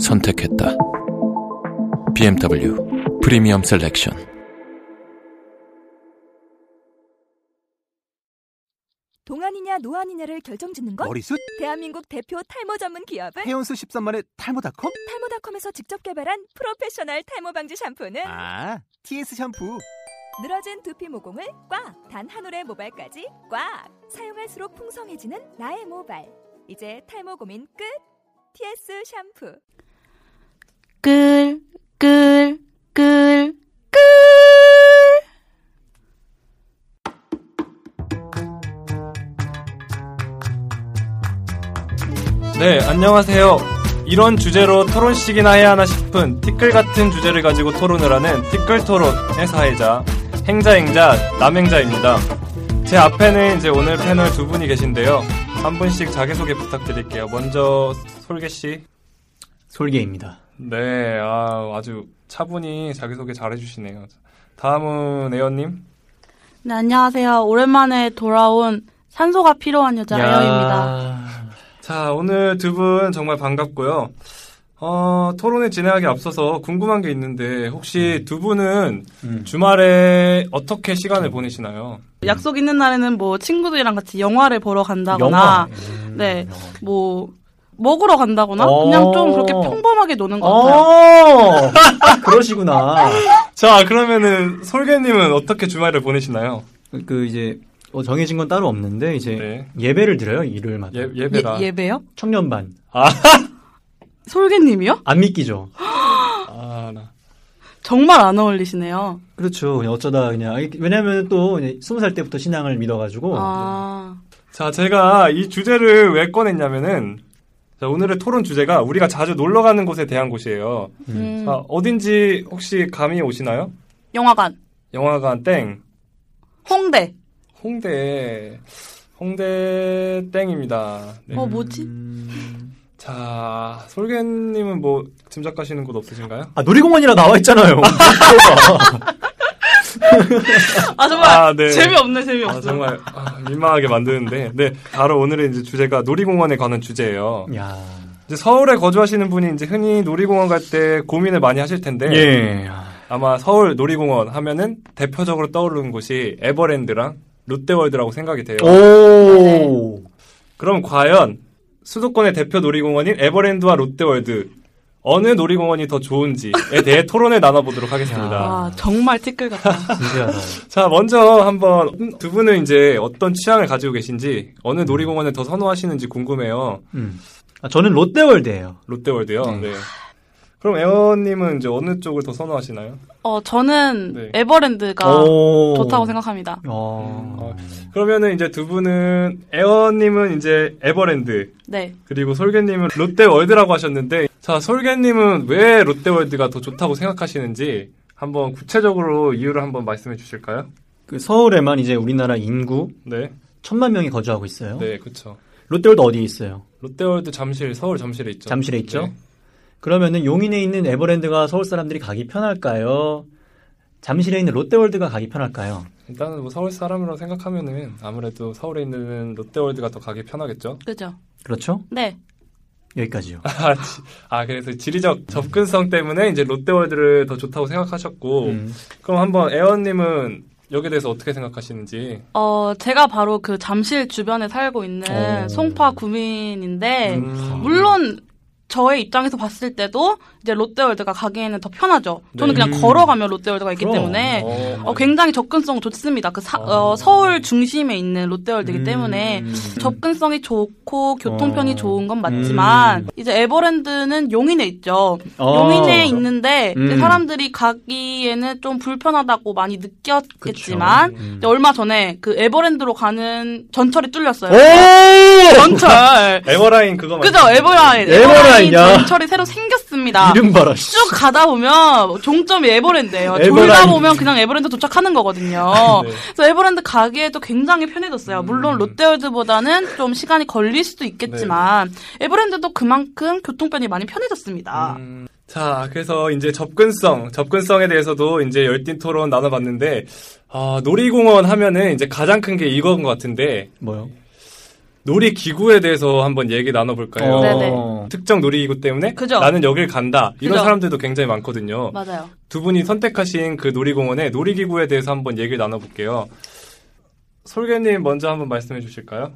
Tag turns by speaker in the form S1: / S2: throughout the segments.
S1: 선택했다. BMW 프리미엄 셀렉션.
S2: 동안이냐 노안이냐를 결정짓는 건
S3: 머리숱
S2: 대한민국 대표 탈모 전문 기업은
S3: 헤어수 13만의 탈모닷컴
S2: 탈모닷컴에서 직접 개발한 프로페셔널 탈모 방지 샴푸는
S3: 아 TS 샴푸
S2: 늘어진 두피 모공을 꽉 단 한 올의 모발까지 꽉 사용할수록 풍성해지는 나의 모발 이제 탈모 고민 끝 TS 샴푸
S4: 끌, 끌, 끌, 끌.
S5: 네, 안녕하세요. 이런 주제로 토론식이나 해야 하나 싶은 티끌 같은 주제를 가지고 토론을 하는 티끌 토론의 사회자, 행자행자, 남행자입니다. 제 앞에는 이제 오늘 패널 두 분이 계신데요. 한 분씩 자기소개 부탁드릴게요. 먼저 솔개씨.
S6: 솔개입니다.
S5: 네, 아, 아주 차분히 자기소개 잘해주시네요. 다음은 에어님.
S4: 네, 안녕하세요. 오랜만에 돌아온 산소가 필요한 여자
S5: 야.
S4: 에어입니다.
S5: 자, 오늘 두 분 정말 반갑고요. 어, 토론을 진행하기 앞서서 궁금한 게 있는데, 혹시 두 분은
S6: 음.
S5: 주말에 어떻게 시간을 보내시나요?
S4: 약속 있는 날에는 뭐 친구들이랑 같이 영화를 보러
S6: 영화. 음,
S4: 간다거나, 네, 뭐 먹으러 간다거나,
S6: 어.
S4: 그냥 좀 그렇게 평범하게 노는 것 같아요.
S6: 어, 그러시구나.
S5: 자, 그러면은, 솔개님은 어떻게 주말을 보내시나요?
S6: 그 이제 어, 정해진 건 따로 없는데 이제
S5: 네.
S6: 예배를 드려요 일요일마다.
S5: 예, 아. 예배라.
S4: 예, 예배요?
S6: 청년반
S4: 솔개님이요?
S6: 안 믿기죠.
S5: 아, 나.
S4: 정말 안 어울리시네요.
S6: 그렇죠. 그냥 어쩌다 그냥 이게- 왜냐면 또 이제 스무 살 때부터 신앙을 믿어가지고
S4: 아,
S5: 자, 제가 이 주제를 왜 꺼냈냐면은, 자, 오늘의 토론 주제가 우리가 자주 놀러 가는 곳에 대한 곳이에요.
S4: 음,
S5: 자, 어딘지 혹시 감이 오시나요?
S4: 영화관,
S5: 영화관 땡.
S4: 홍대.
S5: 홍대 홍대 땡입니다. 네.
S4: 어, 뭐지?
S6: 음.
S5: 자 솔개님은 뭐 짐작하시는 곳 없으신가요?
S6: 아 놀이공원이라 나와 있잖아요.
S4: 아, 정말
S5: 아, 네.
S4: 재미없네, 재미없어.
S5: 아 정말 아, 민망하게 만드는데 네 바로 오늘의 이제 주제가 놀이공원에 관한 주제예요.
S6: 야.
S5: 이제 서울에 거주하시는 분이 이제 흔히 놀이공원 갈 때 고민을 많이 하실 텐데
S6: 예.
S5: 아마 서울 놀이공원 하면은 대표적으로 떠오르는 곳이 에버랜드랑 롯데월드라고 생각이 돼요.
S6: 오.
S5: 그럼 과연 수도권의 대표 놀이공원인 에버랜드와 롯데월드 어느 놀이공원이 더 좋은지에 대해 토론을 나눠보도록 하겠습니다.
S4: 와, 아, 정말 티끌 같다.
S6: 아, 진지하다.
S5: 자, 먼저 한번 두 분은 이제 어떤 취향을 가지고 계신지 어느 놀이공원을 더 선호하시는지 궁금해요.
S6: 음. 아, 저는 롯데월드예요.
S5: 롯데월드요. 네. 그럼 에어님은 이제 어느 쪽을 더 선호하시나요?
S4: 어, 저는
S5: 네.
S4: 에버랜드가
S6: 오.
S4: 그러니까 좋다고 생각합니다.
S5: 음, 아,
S6: 어.
S5: 그러면은 이제 두 분은 에어님은 이제 에버랜드
S4: 네.
S5: 그리고 솔개님은 롯데월드라고 하셨는데 자 솔개님은 왜 롯데월드가 더 좋다고 생각하시는지 한번 구체적으로 이유를 한번 말씀해 주실까요?
S6: 그 서울에만 이제 우리나라 인구
S5: 네,
S6: 천만 명이 거주하고 있어요.
S5: 네 그렇죠.
S6: 롯데월드 어디에 있어요?
S5: 롯데월드 잠실 서울 잠실에 있죠.
S6: 잠실에 있죠.
S5: 네.
S6: 그러면은 용인에 있는 에버랜드가 서울 사람들이 가기 편할까요? 잠실에 있는 롯데월드가 가기 편할까요?
S5: 일단은 뭐 서울 사람으로 생각하면은 아무래도 서울에 있는 롯데월드가 더 가기 편하겠죠.
S4: 그죠?
S6: 그렇죠?
S4: 네.
S6: 여기까지요.
S5: 아, 지- 아 그래서 지리적 접근성 때문에 이제 롯데월드를 더 좋다고 생각하셨고
S6: 음.
S5: 그럼 한번 에어님은 여기에 대해서 어떻게 생각하시는지
S4: 어, 제가 바로 그 잠실 주변에 살고 있는
S6: 오.
S4: 송파 구민인데,
S5: 음.
S4: 물론 저의 입장에서 봤을 때도 이제 롯데월드가 가기에는 더 편하죠. 저는
S5: 네.
S4: 그냥 걸어가면 롯데월드가 있기
S6: 음. 그럼.
S4: 때문에
S5: 어,
S4: 어, 굉장히 접근성 좋습니다. 그 사- 어,
S6: 어.
S4: 서울 중심에 있는 롯데월드이기
S6: 음.
S4: 때문에 접근성이 좋고 교통편이
S6: 어.
S4: 좋은 건 맞지만
S6: 음.
S4: 이제 에버랜드는 용인에 있죠.
S6: 어.
S4: 용인에 있는데 이제
S6: 음.
S4: 사람들이 가기에는 좀 불편하다고 많이 느꼈겠지만
S6: 그쵸. 음.
S4: 이제 얼마 전에 그 에버랜드로 가는 전철이 뚫렸어요.
S6: 오!
S4: 전철.
S5: 네. 에버라인 그거
S4: 그죠 에버라인. 에버라인. 이
S6: 에버라인이야.
S4: 전철이 새로 생겼습니다.
S6: 이름 봐라.
S4: 아. 쭉 가다 보면 종점이 에버랜드예요. 졸다
S6: 에버라인.
S4: 보면 그냥 에버랜드 도착하는 거거든요.
S6: 네. 음.
S4: 그래서 에버랜드 가기에도 굉장히 편해졌어요. 물론 롯데월드보다는 좀 시간이 걸릴 수도 있겠지만
S6: 네.
S4: 에버랜드도 그만큼 교통편이 많이 편해졌습니다.
S6: 음.
S5: 자, 그래서 이제 접근성, 접근성에 대해서도 이제 열띤 토론 나눠봤는데, 아, 놀이공원 하면은 이제 가장 큰 게 이건 것 같은데,
S6: 뭐요?
S5: 놀이기구에 대해서 한번 얘기 나눠볼까요?
S6: 어,
S4: 네네.
S5: 특정 놀이기구 때문에
S4: 그죠.
S5: 나는 여길 간다. 이런
S4: 그죠.
S5: 사람들도 굉장히 많거든요.
S4: 맞아요.
S5: 두 분이 선택하신 그 놀이공원의 놀이기구에 대해서 한번 얘기를 나눠볼게요. 솔개님 먼저 한번 말씀해 주실까요?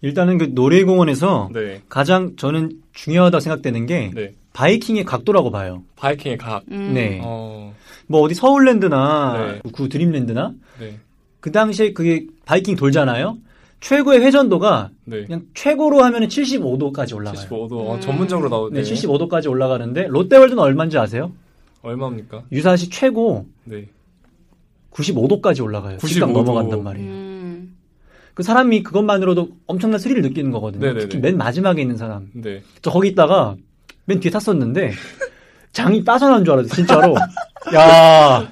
S6: 일단은 그 놀이공원에서
S5: 네.
S6: 가장 저는 중요하다 생각되는 게
S5: 네.
S6: 바이킹의 각도라고 봐요.
S5: 바이킹의 각.
S4: 음.
S6: 네.
S5: 어,
S6: 뭐 어디 서울랜드나
S5: 네.
S6: 구 드림랜드나
S5: 네.
S6: 그 당시에 그게 바이킹 돌잖아요. 최고의 회전도가
S5: 네.
S6: 그냥 최고로 하면 75도까지 올라가요.
S5: 75도.
S4: 음.
S5: 어, 전문적으로 나오네.
S6: 네, 75도까지 올라가는데 롯데월드는 얼마인지 아세요?
S5: 얼마입니까?
S6: 유사시 최고
S5: 네.
S6: 95도까지 올라가요.
S5: 95도.
S6: 직각 넘어간단 말이에요.
S4: 음.
S6: 그 사람이 그것만으로도 엄청난 스릴을 느끼는 거거든요.
S5: 네네네.
S6: 특히 맨 마지막에 있는 사람.
S5: 네.
S6: 저 거기 있다가 맨 뒤에 탔었는데 장이 빠져나온 줄 알았어요. 진짜로.
S5: 야.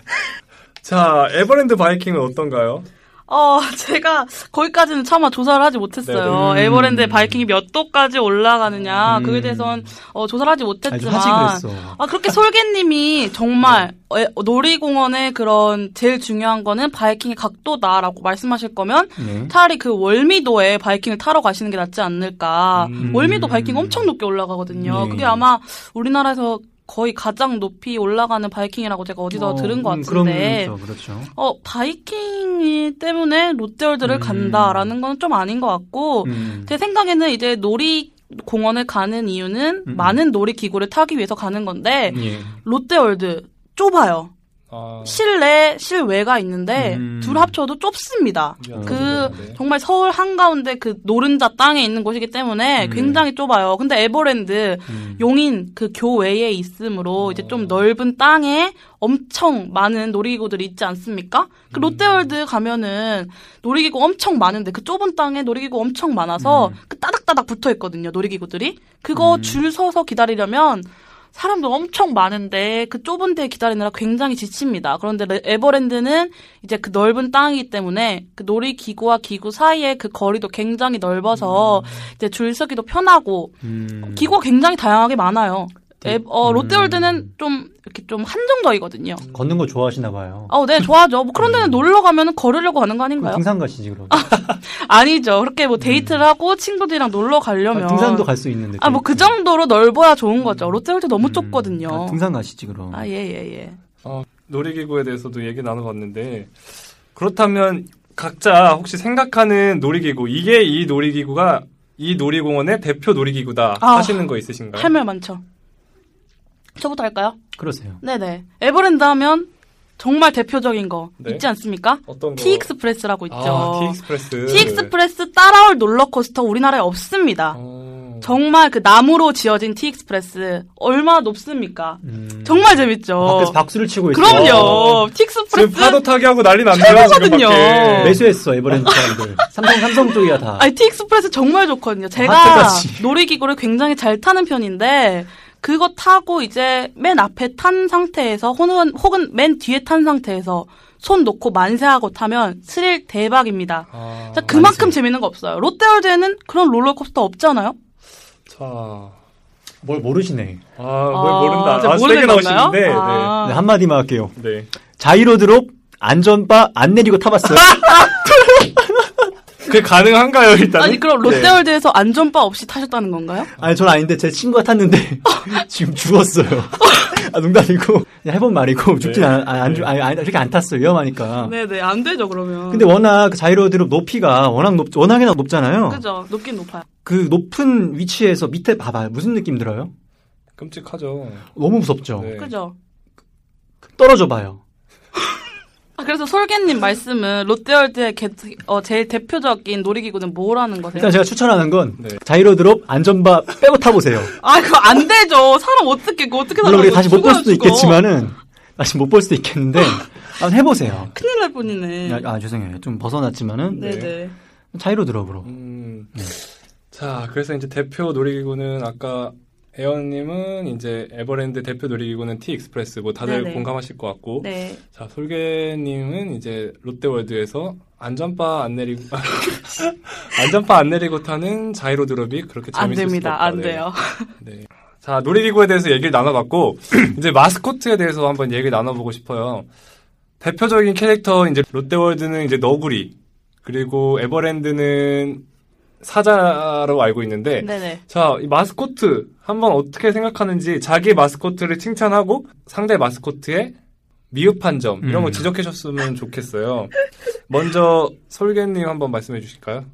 S5: 자, 에버랜드 바이킹은 어떤가요?
S4: 어, 제가 거기까지는 차마 조사를 하지 못했어요.
S5: 네, 네.
S4: 에버랜드
S6: 음.
S4: 바이킹이 몇 도까지 올라가느냐, 그에
S5: 음.
S4: 대해서는 어, 조사를 하지
S6: 아니, 좀
S4: 못했지만.
S6: 하지 그랬어. 네.
S4: 아, 그렇게 솔개님이 정말 에- 놀이공원의 그런 제일 중요한 거는 바이킹의 각도다라고 말씀하실 거면
S6: 네.
S4: 차라리 그 월미도에 바이킹을 타러 가시는 게 낫지 않을까.
S5: 음.
S4: 월미도 바이킹 엄청 높게 올라가거든요.
S6: 네.
S4: 그게 아마 우리나라에서 거의 가장 높이 올라가는 바이킹이라고 제가 어디서
S6: 어,
S4: 들은 것
S6: 음,
S4: 같은데.
S6: 그럼 그렇죠. 그렇죠.
S4: 어, 바이킹이 때문에 롯데월드를
S6: 음.
S4: 간다라는 건 좀 아닌 것 같고,
S6: 음.
S4: 제 생각에는 이제 놀이 공원을 가는 이유는
S6: 음.
S4: 많은 놀이 기구를 타기 위해서 가는 건데,
S6: 예.
S4: 롯데월드 좁아요.
S5: 아.
S4: 실내, 실외가 있는데,
S6: 음.
S4: 둘 합쳐도 좁습니다. 그
S5: 미안합니다. 네.
S4: 정말 서울 한가운데 그 노른자 땅에 있는 곳이기 때문에
S6: 음.
S4: 굉장히 좁아요. 근데 에버랜드
S6: 음.
S4: 용인 그 교외에 있으므로 이제 좀 넓은 땅에 엄청 많은 놀이기구들이 있지 않습니까? 그 롯데월드 가면은 놀이기구 엄청 많은데 그 좁은 땅에 놀이기구 엄청 많아서 그 따닥따닥 붙어 있거든요. 놀이기구들이 그거 줄 서서 기다리려면 사람도 엄청 많은데 그 좁은 데 기다리느라 굉장히 지칩니다. 그런데 레- 에버랜드는 이제 그 넓은 땅이기 때문에 그 놀이기구와 기구 사이의 그 거리도 굉장히 넓어서 이제 줄 서기도 편하고
S6: 음.
S4: 기구가 굉장히 다양하게 많아요.
S6: 네.
S4: 앱, 어,
S6: 음.
S4: 롯데월드는 좀 이렇게 좀 한정적이거든요.
S6: 걷는 거 좋아하시나 봐요.
S4: 어, 네, 좋아하죠. 뭐 그런 데는 놀러 가면 걸으려고 가는 거
S6: 그럼
S4: 아닌가요?
S6: 등산 가시지 그럼.
S4: 아니죠. 그렇게 뭐 데이트를 하고 친구들이랑 놀러 가려면
S6: 아, 등산도 갈 수 있는데.
S4: 아, 뭐 그 정도로 넓어야 좋은 거죠. 롯데월드 너무 좁거든요.
S6: 아, 등산 가시지 그럼.
S4: 아, 예, 예, 예.
S5: 놀이기구에 대해서도 얘기 나눠봤는데 그렇다면 각자 혹시 생각하는 놀이기구 이게 이 놀이기구가 이 놀이공원의 대표 놀이기구다
S4: 아,
S5: 하시는 거 있으신가요?
S4: 할 말 많죠. 저부터 할까요?
S6: 그러세요.
S4: 네네. 에버랜드 하면 정말 대표적인 거
S5: 네.
S4: 있지 않습니까?
S5: 어떤 거?
S4: 티익스프레스라고 있죠.
S5: 아, 티익스프레스.
S4: 티익스프레스 따라올 롤러코스터 우리나라에 없습니다.
S5: 어.
S4: 정말 그 나무로 지어진 티익스프레스 얼마나 높습니까?
S6: 음.
S4: 정말 재밌죠.
S6: 밖에서 박수를 치고 있어.
S4: 그럼요.
S5: 지금 파도
S4: 티익스프레스
S5: 타기 하고 난리 났네요.
S4: 최고거든요.
S5: 지금 밖에.
S6: 네. 매수했어 에버랜드 사람들. 삼성 삼성 쪽이야 다.
S4: 아니 티익스프레스 정말 좋거든요. 제가
S6: 하트까지.
S4: 놀이기구를 굉장히 잘 타는 편인데 그거 타고 이제 맨 앞에 탄 상태에서 혹은 혹은 맨 뒤에 탄 상태에서 손 놓고 만세하고 타면 스릴 대박입니다.
S5: 아,
S4: 자, 그만큼
S6: 만세.
S4: 재밌는 거 없어요. 롯데월드에는 그런 롤러코스터 없잖아요.
S5: 자, 아,
S6: 뭘 모르시네.
S5: 뭘
S4: 아,
S5: 모른다.
S4: 진짜
S5: 아, 세게
S4: 모르는 건가요?
S5: 나오시는데.
S4: 아.
S6: 네, 한마디만 할게요.
S5: 네. 네.
S6: 자이로드롭 안전바 안 내리고 타봤어요.
S4: 아!
S5: 그게 가능한가요, 일단?
S4: 아니 그럼 롯데월드에서
S6: 네.
S4: 안전바 없이 타셨다는 건가요?
S6: 아니 전 아닌데 제 친구가 탔는데 지금 죽었어요. 아, 농담이고 그냥 해본 말이고 죽진
S5: 네.
S6: 않, 아니, 안, 죽- 아니, 아니, 그렇게 안 탔어요 위험하니까.
S4: 네네 안 되죠 그러면.
S6: 근데 워낙 그 자이로드롭 높이가 워낙 높 워낙에나 높잖아요.
S4: 그죠 높긴 높아요.
S6: 그 높은 위치에서 밑에 봐봐요. 무슨 느낌 들어요?
S5: 끔찍하죠.
S6: 너무 무섭죠?
S5: 네.
S4: 그죠.
S6: 떨어져 봐요.
S4: 아, 그래서 솔개님 말씀은 롯데월드의 개- 어, 제일 대표적인 놀이기구는 뭐라는 거세요?
S6: 일단 제가 추천하는 건
S5: 네.
S6: 자이로드롭 안전바 빼고 타보세요.
S4: 아 그거 안 되죠. 사람 어떻게 그거 어떻게
S6: 물론 우리
S4: 살라고
S6: 다시 못 볼
S4: 죽어요,
S6: 수도
S4: 죽어.
S6: 있겠지만은 다시 못 볼 수도 있겠는데 한번 해보세요.
S4: 큰일 날 뻔이네.
S6: 아, 아, 죄송해요. 좀 벗어났지만은
S4: 네네.
S6: 자이로드롭으로.
S5: 음. 자, 그래서 이제 대표 놀이기구는 아까 에어님은 이제 에버랜드 대표 놀이기구는 T 익스프레스 뭐 다들
S4: 네네.
S5: 공감하실 것 같고
S4: 네.
S5: 자 솔개님은 이제 롯데월드에서 안전바 안 내리고 안전바 안 내리고 타는 자이로 드롭이 그렇게
S4: 안
S5: 재밌을 수가
S4: 됩니다.
S5: 없다.
S4: 안
S5: 네.
S4: 돼요.
S5: 네. 자 놀이기구에 대해서 얘기를 나눠봤고 이제 마스코트에 대해서 한번 얘기를 나눠보고 싶어요. 대표적인 캐릭터 이제 롯데월드는 이제 너구리 그리고 에버랜드는 사자로 알고 있는데
S4: 네네.
S5: 자, 이 마스코트 한번 어떻게 생각하는지 자기 마스코트를 칭찬하고 상대 마스코트의 미흡한 점 이런 거
S1: 음.
S5: 지적해 주셨으면 좋겠어요. 먼저 솔개님 한번 말씀해 주실까요?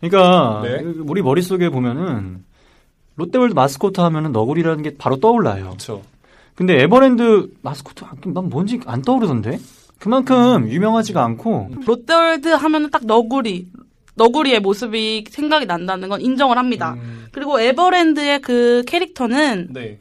S6: 그러니까
S5: 네.
S6: 우리 머릿속에 보면은 롯데월드 마스코트 하면은 너구리라는 게 바로 떠올라요.
S5: 그렇죠.
S6: 근데 에버랜드 마스코트 안- 난 뭔지 안 떠오르던데. 그만큼 유명하지가 않고
S4: 롯데월드 하면은 딱 너구리, 너구리의 모습이 생각이 난다는 건 인정을 합니다.
S6: 음.
S4: 그리고 에버랜드의 그 캐릭터는
S5: 음. 네.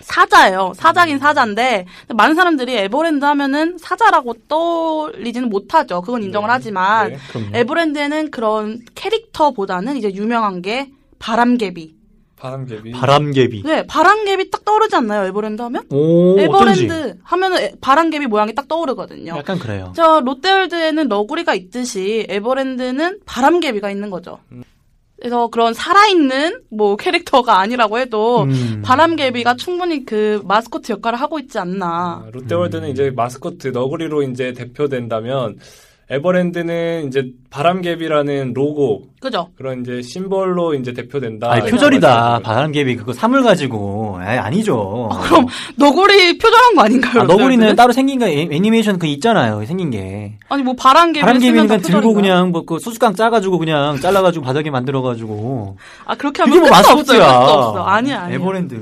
S4: 사자예요. 사자긴
S6: 음.
S4: 사자인데 많은 사람들이 에버랜드 하면은 사자라고 떠올리지는 못하죠. 그건 인정을
S6: 음.
S5: 네.
S4: 하지만
S5: 네.
S4: 에버랜드에는 그런 캐릭터보다는 이제 유명한 게 바람개비.
S5: 바람개비.
S6: 바람개비.
S4: 네, 바람개비 딱 떠오르지 않나요? 에버랜드 하면?
S6: 오,
S4: 에버랜드
S6: 어쩐지.
S4: 하면은 에- 바람개비 모양이 딱 떠오르거든요.
S6: 약간 그래요.
S4: 저 롯데월드에는 너구리가 있듯이 에버랜드는 바람개비가 있는 거죠.
S6: 음.
S4: 그래서 그런 살아있는 뭐 캐릭터가 아니라고 해도
S6: 음.
S4: 뭐 바람개비가 충분히 그 마스코트 역할을 하고 있지 않나.
S5: 아, 롯데월드는 이제 마스코트 너구리로 이제 대표된다면 에버랜드는 이제 바람개비라는 로고
S4: 그죠?
S5: 그런 이제 심벌로 이제 대표된다.
S6: 아니,
S5: 이런
S6: 표절이다.
S5: 말씀이신 거죠.
S6: 바람개비 그거 사물 가지고. 아이, 아니죠.
S4: 어, 그럼 너구리 표절한 거 아닌가요?
S6: 아, 너구리는
S4: 롯데월드는?
S6: 따로 생긴 거 애- 애니메이션 그 있잖아요. 생긴 게.
S4: 아니 뭐 바람개비 쓰면 다
S6: 바람개비니까
S4: 표절인가요?
S6: 들고 그냥 뭐그 수수깡 짜가지고 그냥 잘라가지고 바닥에 만들어가지고.
S4: 아 그렇게
S6: 그게
S4: 하면
S6: 뭐
S4: 끝도 없어요.
S6: 마스코트야.
S4: 끝도 없어. 아니야 아니야.
S6: 에버랜드.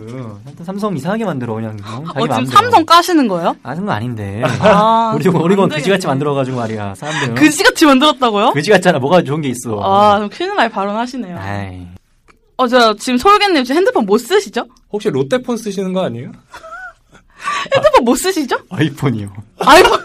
S6: 하여튼 삼성 이상하게 만들어 그냥. 어,
S4: 어 지금 삼성 까시는 거예요?
S6: 아는 거 아닌데.
S4: 아,
S6: 우리 오리건
S4: 안
S6: 그지같이
S4: 되겠네.
S6: 만들어가지고 말이야. 사람들.
S4: 그지같이 만들었다고요?
S6: 그지 같잖아. 뭐가 좋은 게 있어.
S4: 아, 좀 큰일 날 발언하시네요.
S6: 아이.
S4: 어, 저 지금 솔개님 지금 핸드폰 못 쓰시죠?
S5: 혹시 롯데폰 쓰시는 거 아니에요?
S4: 핸드폰 못 쓰시죠?
S6: 아이폰이요.
S4: 아이폰.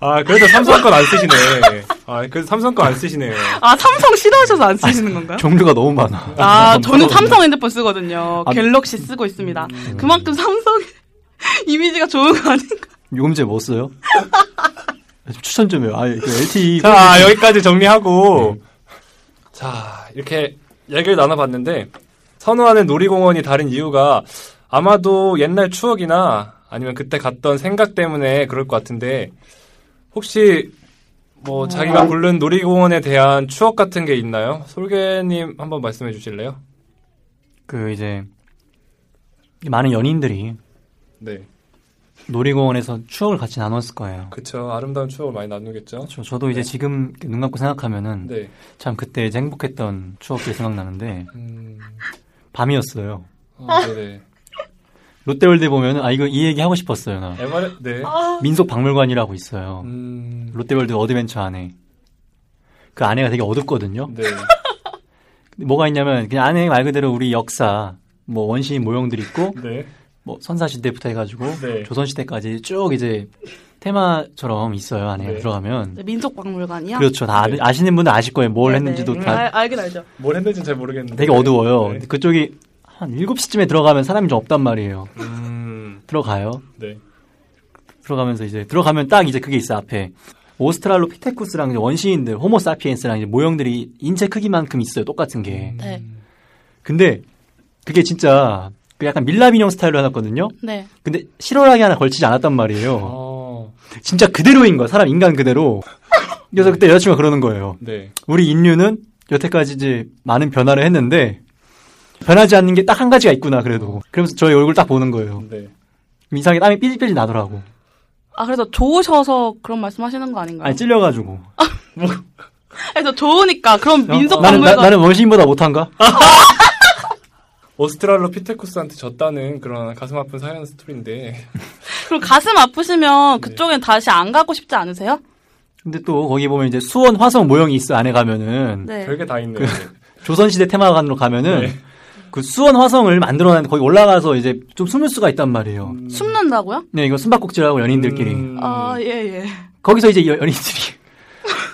S5: 아, 그래도 삼성 건 안 쓰시네. 아, 그래도 삼성 건 안 쓰시네요.
S4: 아 삼성 싫어하셔서 안
S6: 아,
S4: 쓰시는 건가요?
S6: 종류가 너무 많아.
S4: 아 저는 삼성 핸드폰 쓰거든요.
S6: 아, 음.
S4: 갤럭시 쓰고 있습니다. 그만큼 삼성 이미지가 좋은 거 아닌가?
S6: 요금제 뭐 써요? 추천 좀 해요. 아, 그 LTE.
S5: 자, 여기까지 정리하고. 네. 자, 이렇게 얘기를 나눠봤는데, 선호하는 놀이공원이 다른 이유가 아마도 옛날 추억이나 아니면 그때 갔던 생각 때문에 그럴 것 같은데, 혹시 뭐 자기가 부른 놀이공원에 대한 추억 같은 게 있나요? 솔개님 한번 말씀해 주실래요?
S6: 그 이제 많은 연인들이
S5: 네.
S6: 놀이공원에서 추억을 같이 나눴을 거예요. 네.
S5: 그쵸. 아름다운 추억을 많이 나누겠죠.
S6: 그렇죠. 저, 저도 이제 지금 눈 감고 생각하면은
S5: 네.
S6: 참 그때 이제 행복했던 추억이 생각나는데
S5: 음,
S6: 밤이었어요.
S5: 아, 네네.
S6: 롯데월드 보면은 아 이거 이 얘기 하고 싶었어요. 나.
S5: 에바레, 네.
S6: 민속 박물관이라고 있어요.
S5: 음,
S6: 롯데월드 어드벤처 안에 그 안에가 되게 어둡거든요.
S5: 네.
S6: 근데 뭐가 있냐면 그냥 안에 말 그대로 우리 역사 뭐 원시인 모형들 있고
S5: 네.
S6: 뭐 선사시대부터 해가지고
S5: 네.
S6: 조선시대까지 쭉 이제 테마처럼 있어요 안에
S5: 네.
S6: 들어가면
S4: 민속박물관이야?
S6: 그렇죠 다
S5: 네.
S6: 아, 시는 분은 아실 거예요 뭘 했는지도 다
S4: 네, 음, 알긴 알죠.
S5: 뭘 했는지는 잘 모르겠는데.
S6: 되게 어두워요
S5: 네.
S6: 근데 그쪽이 한 7시쯤에 들어가면 사람이 좀 없단 말이에요
S5: 음,
S6: 들어가요
S5: 네.
S6: 들어가면서 이제 들어가면 딱 이제 그게 있어 앞에 오스트랄로피테쿠스랑 이제 원시인들 호모사피엔스랑 이제 모형들이 인체 크기만큼 있어요 똑같은
S5: 음.
S6: 게
S4: 네,
S6: 근데 그게 진짜 그 약간 밀랍 인형 스타일로 해놨거든요
S4: 네.
S6: 근데 실월하게 하나 걸치지 않았단 말이에요
S5: 어,
S6: 진짜 그대로인 거야. 사람 인간 그대로. 그래서 그때 여자친구가 그러는 거예요.
S5: 네.
S6: 우리 인류는 여태까지 이제 많은 변화를 했는데 변하지 않는 게 딱 한 가지가 있구나 그래도. 그러면서 저의 얼굴 딱 보는 거예요.
S5: 네.
S6: 이상하게 땀이 삐질삐질 나더라고.
S4: 아 그래서 좋으셔서 그런 말씀하시는 거 아닌가요?
S6: 아니 찔려가지고.
S4: 그래서 좋으니까 그럼
S6: 어? 나는
S4: 민속박물관
S6: 나, 나는 원시인보다 못한가?
S5: 오스트랄로피테쿠스한테 졌다는 그런 가슴 아픈 사연 스토리인데.
S4: 그럼 가슴 아프시면
S6: 네.
S4: 그쪽엔 다시 안 가고 싶지 않으세요?
S6: 근데 또 거기 보면 이제 수원 화성 모형이 있어 안에 가면은
S4: 네.
S5: 별게 다 있네요.
S6: 그 조선시대 테마관으로 가면은
S5: 네.
S6: 그 수원 화성을 만들어놨는데 거기 올라가서 이제 좀 숨을 수가 있단 말이에요.
S4: 숨는다고요?
S6: 음.
S4: 어.
S6: 네 이거 숨바꼭질하고 연인들끼리
S5: 음,
S4: 아 예 예.
S6: 거기서 이제 여- 연인들이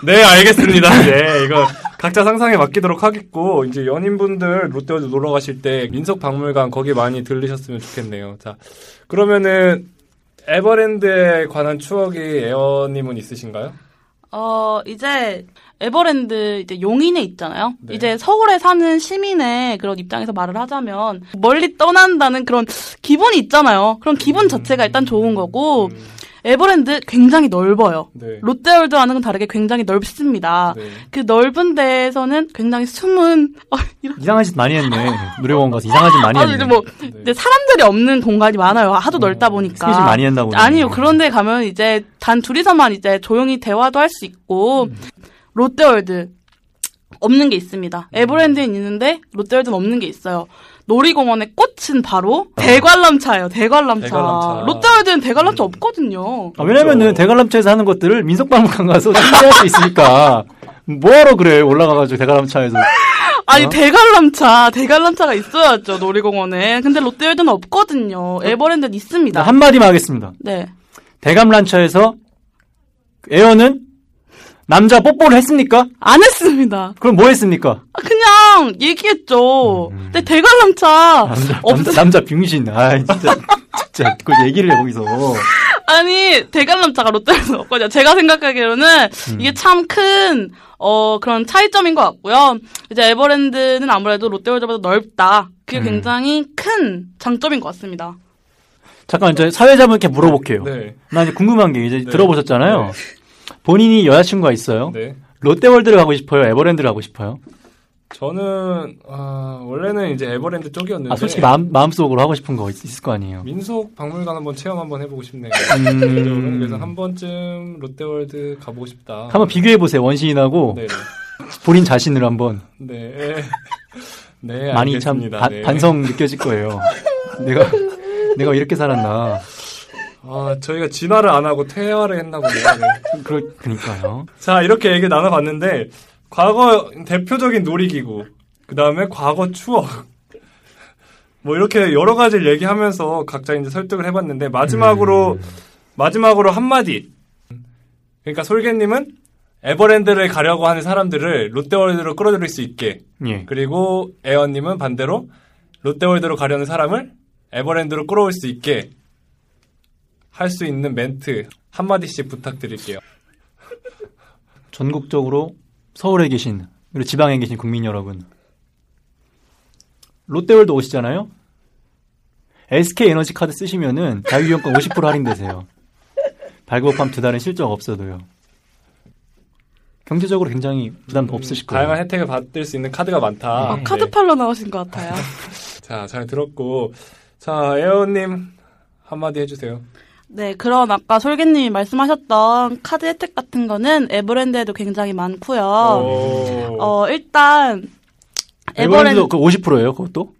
S5: 네, 알겠습니다. 네, 이거 각자 상상에 맡기도록 하겠고 이제 연인분들 롯데월드 놀러 가실 때 민속 박물관 거기 많이 들르셨으면 좋겠네요. 자, 그러면은 에버랜드에 관한 추억이 에어님은 있으신가요?
S4: 어, 이제 에버랜드 이제 용인에 있잖아요.
S5: 네.
S4: 이제 서울에 사는 시민의 그런 입장에서 말을 하자면 멀리 떠난다는 그런 기분이 있잖아요. 그런
S6: 음.
S4: 기분 자체가 일단 좋은 거고
S5: 음,
S4: 에버랜드 굉장히 넓어요.
S5: 네.
S4: 롯데월드와는 다르게 굉장히 넓습니다.
S5: 네.
S4: 그 넓은 데에서는 굉장히 숨은 어, 이런
S6: 이상한 짓 많이 했네. 노래원 가서 이상한 짓 많이
S4: 아니
S6: 했네.
S4: 이제
S6: 어,
S4: 뭐 이제 사람들이 없는 공간이 많아요. 하도 넓다 보니까.
S6: 스케줄 많이 했나 보네.
S4: 아니요. 그런데 가면 이제 단 둘이서만 이제 조용히 대화도 할 수 있고
S6: 음.
S4: 롯데월드 없는 게 있습니다.
S6: 음.
S4: 에버랜드는 있는데 롯데월드는 없는 게 있어요. 놀이공원의 꽃은 바로
S6: 어.
S4: 대관람차예요. 대관람차.
S5: 대관람차.
S4: 롯데월드는 대관람차 없거든요.
S6: 음. 아, 왜냐면은
S5: 그렇죠.
S6: 대관람차에서 하는 것들을 민속박물관 가서 충분히 할수 있으니까 뭐하러 그래 올라가가지고 대관람차에서 어?
S4: 아니 대관람차, 대관람차가 있어야죠 놀이공원에. 근데 롯데월드는 없거든요. 에버랜드는
S6: 나
S4: 있습니다.
S6: 어? 한마디만 하겠습니다.
S4: 네.
S6: 대관람차에서 에어는 남자 뽀뽀를 했습니까?
S4: 안 했습니다.
S6: 그럼 뭐 했습니까?
S4: 아, 그냥 얘기했죠.
S6: 음.
S4: 근데 대관람차
S6: 남자,
S5: 어,
S4: 없
S6: 남자, 남자 빙신. 아 진짜 진짜 그 얘기를 해 거기서.
S4: 아니 대관람차가 롯데에서 없거든요. 제가 생각하기로는
S6: 음.
S4: 이게 참 큰 어, 그런 차이점인 것 같고요. 이제 에버랜드는 아무래도 롯데월드보다 넓다. 그게
S6: 음.
S4: 굉장히 큰 장점인 것 같습니다.
S6: 잠깐 이제 사회자분께 물어볼게요.
S5: 네.
S6: 나 이제 궁금한 게 이제
S5: 네.
S6: 들어보셨잖아요.
S5: 네.
S6: 본인이 여자친구가 있어요.
S5: 네.
S6: 롯데월드를 가고 싶어요. 에버랜드를 가고 싶어요.
S5: 저는 아, 원래는 이제 에버랜드 쪽이었는데
S6: 아 솔직히 마음 마음속으로 하고 싶은 거 있- 있을 거 아니에요.
S5: 민속 박물관 한번 체험 한번 해보고 싶네요.
S6: 음.
S5: 그래서 한 번쯤 롯데월드 가보고 싶다.
S6: 한번 비교해 보세요. 원시인하고
S5: 네.
S6: 본인 자신을 한번
S5: 네. 네,
S6: 많이 참
S5: 알겠습니다.
S6: 바-
S5: 네.
S6: 반성 느껴질 거예요. 내가 내가 왜 이렇게 살았나.
S5: 아, 저희가 진화를 안 하고 퇴화를 했나 보네요. 네.
S6: 그러, 그러니까요.
S5: 자, 이렇게 얘기 나눠봤는데 과거 대표적인 놀이기구, 그 다음에 과거 추억. 뭐 이렇게 여러 가지를 얘기하면서 각자 이제 설득을 해봤는데 마지막으로 마지막으로 한마디. 그러니까 솔개님은 에버랜드를 가려고 하는 사람들을 롯데월드로 끌어들일 수 있게
S6: 예.
S5: 그리고 에어님은 반대로 롯데월드로 가려는 사람을 에버랜드로 끌어올 수 있게 할 수 있는 멘트 한 마디씩 부탁드릴게요.
S6: 전국적으로 서울에 계신 그리고 지방에 계신 국민 여러분, 롯데월드 오시잖아요. SK 에너지 카드 쓰시면은 자유이용권 50% 할인되세요. 발급업함 두 달은 실적 없어도요. 경제적으로 굉장히 부담 없으실
S5: 음,
S6: 거예요. 음.
S5: 다양한 혜택을 받을 수 있는 카드가 많다.
S4: 아, 카드
S5: 네.
S4: 팔러 나오신 것 같아요.
S5: 자, 잘 들었고 자, 에어님 한 마디 해주세요.
S4: 네, 그런 아까 솔개님이 말씀하셨던 카드 혜택 같은 거는 에버랜드에도 굉장히 많고요.
S5: 오.
S4: 어, 일단 에버랜드
S6: 에버랜드도 그 50%예요, 그것도?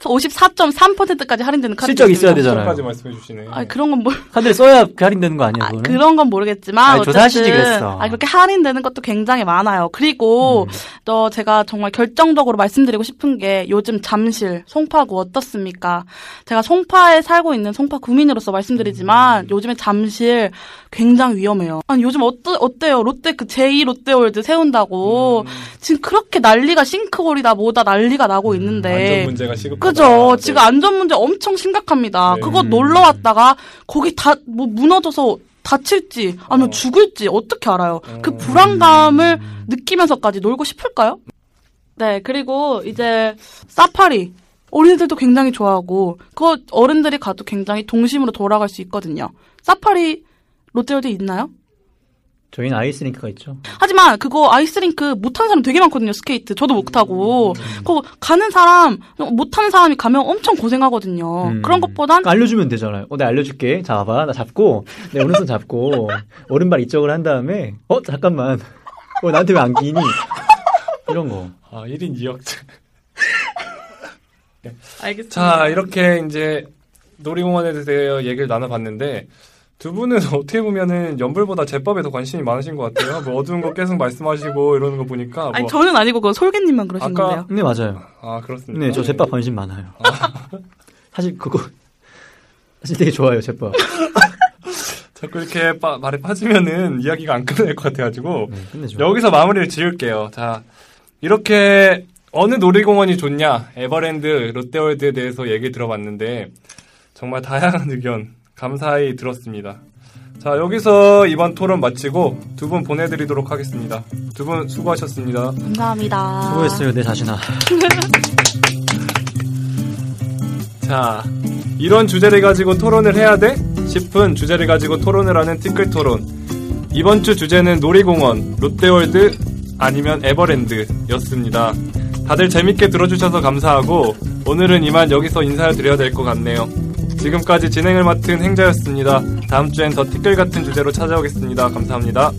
S4: 54.3%까지 할인되는 카드
S6: 실적 있어야 되잖아요.
S5: 까지 말씀해 주시네.
S4: 아, 그런 건 뭘?
S6: 카드를 써야 그 할인되는 거 아니에요,
S4: 아,
S6: 그거는?
S4: 그런 건 모르겠지만
S6: 아니, 조사하시지
S4: 어쨌든
S6: 그랬어. 음.
S4: 아, 그렇게 할인되는 것도 굉장히 많아요. 그리고 또 제가 정말 결정적으로 말씀드리고 싶은 게 요즘 잠실 송파구 어떻습니까? 제가 송파에 살고 있는 송파 구민으로서 말씀드리지만
S6: 음.
S4: 요즘에 잠실 굉장히 위험해요. 아니 요즘 어떠, 어때요? 롯데 그 제2 롯데월드 세운다고
S6: 음.
S4: 지금 그렇게 난리가 싱크홀이다 뭐다 난리가 나고
S6: 음,
S5: 안전
S4: 있는데
S5: 문제가 네. 시급.
S4: 그죠. 지금 안전 문제 엄청 심각합니다.
S5: 네.
S4: 그거
S6: 음.
S4: 놀러 왔다가 거기 다 뭐 무너져서 다칠지 아니면
S5: 어.
S4: 죽을지 어떻게 알아요? 그
S5: 음.
S4: 불안감을 느끼면서까지 놀고 싶을까요? 네, 그리고 이제 사파리. 어린이들도 굉장히 좋아하고 그거 어른들이 가도 굉장히 동심으로 돌아갈 수 있거든요. 사파리 롯데월드 있나요?
S6: 저희는 아이스링크가 있죠.
S4: 하지만 그거 아이스링크 못하는 사람 되게 많거든요. 스케이트 저도 못 타고 그거 가는 사람 못하는 사람이 가면 엄청 고생하거든요.
S6: 음.
S4: 그런 것보단
S6: 그러니까 알려주면 되잖아요. 어, 내가 알려줄게. 잡아. 나 잡고, 내 오른손 잡고, 오른발 이쪽을 한 다음에, 어, 잠깐만. 어, 나한테 왜 안 끼니? 이런 거.
S5: 아, 1인 2역제.
S4: 알겠습니다.
S5: 자, 이렇게 이제 놀이공원에 대해서 얘기를 나눠봤는데 두 분은 어떻게 보면은 연불보다 제법에 더 관심이 많으신 것 같아요. 뭐 어두운 거 계속 말씀하시고 이러는 거 보니까 뭐,
S4: 아니 저는 아니고 그 솔개님만 그러신
S5: 아까-
S4: 건데요.
S6: 네, 맞아요.
S5: 아 그렇습니다.
S6: 네, 저 제밥 관심 많아요. 사실 그거, 사실 되게 좋아요, 제밥.
S5: 자꾸 이렇게 빠- 말에 빠지면은 이야기가 안 끝날 것 같아가지고
S6: 네, 끝내죠.
S5: 여기서 마무리를 지을게요. 자, 이렇게 어느 놀이공원이 좋냐, 에버랜드, 롯데월드에 대해서 얘기 들어봤는데 정말 다양한 의견 감사히 들었습니다. 자, 여기서 이번 토론 마치고 두 분 보내드리도록 하겠습니다. 두 분 수고하셨습니다.
S4: 감사합니다.
S6: 뭐 수고했어요, 내 자신아.
S5: 자, 이런 주제를 가지고 토론을 해야 돼? 싶은 주제를 가지고 토론을 하는 티끌 토론. 이번 주 주제는 놀이공원, 롯데월드 아니면 에버랜드였습니다. 다들 재밌게 들어주셔서 감사하고 오늘은 이만 여기서 인사를 드려야 될 것 같네요. 지금까지 진행을 맡은 행자였습니다. 다음 주엔 더 티끌 같은 주제로 찾아오겠습니다. 감사합니다.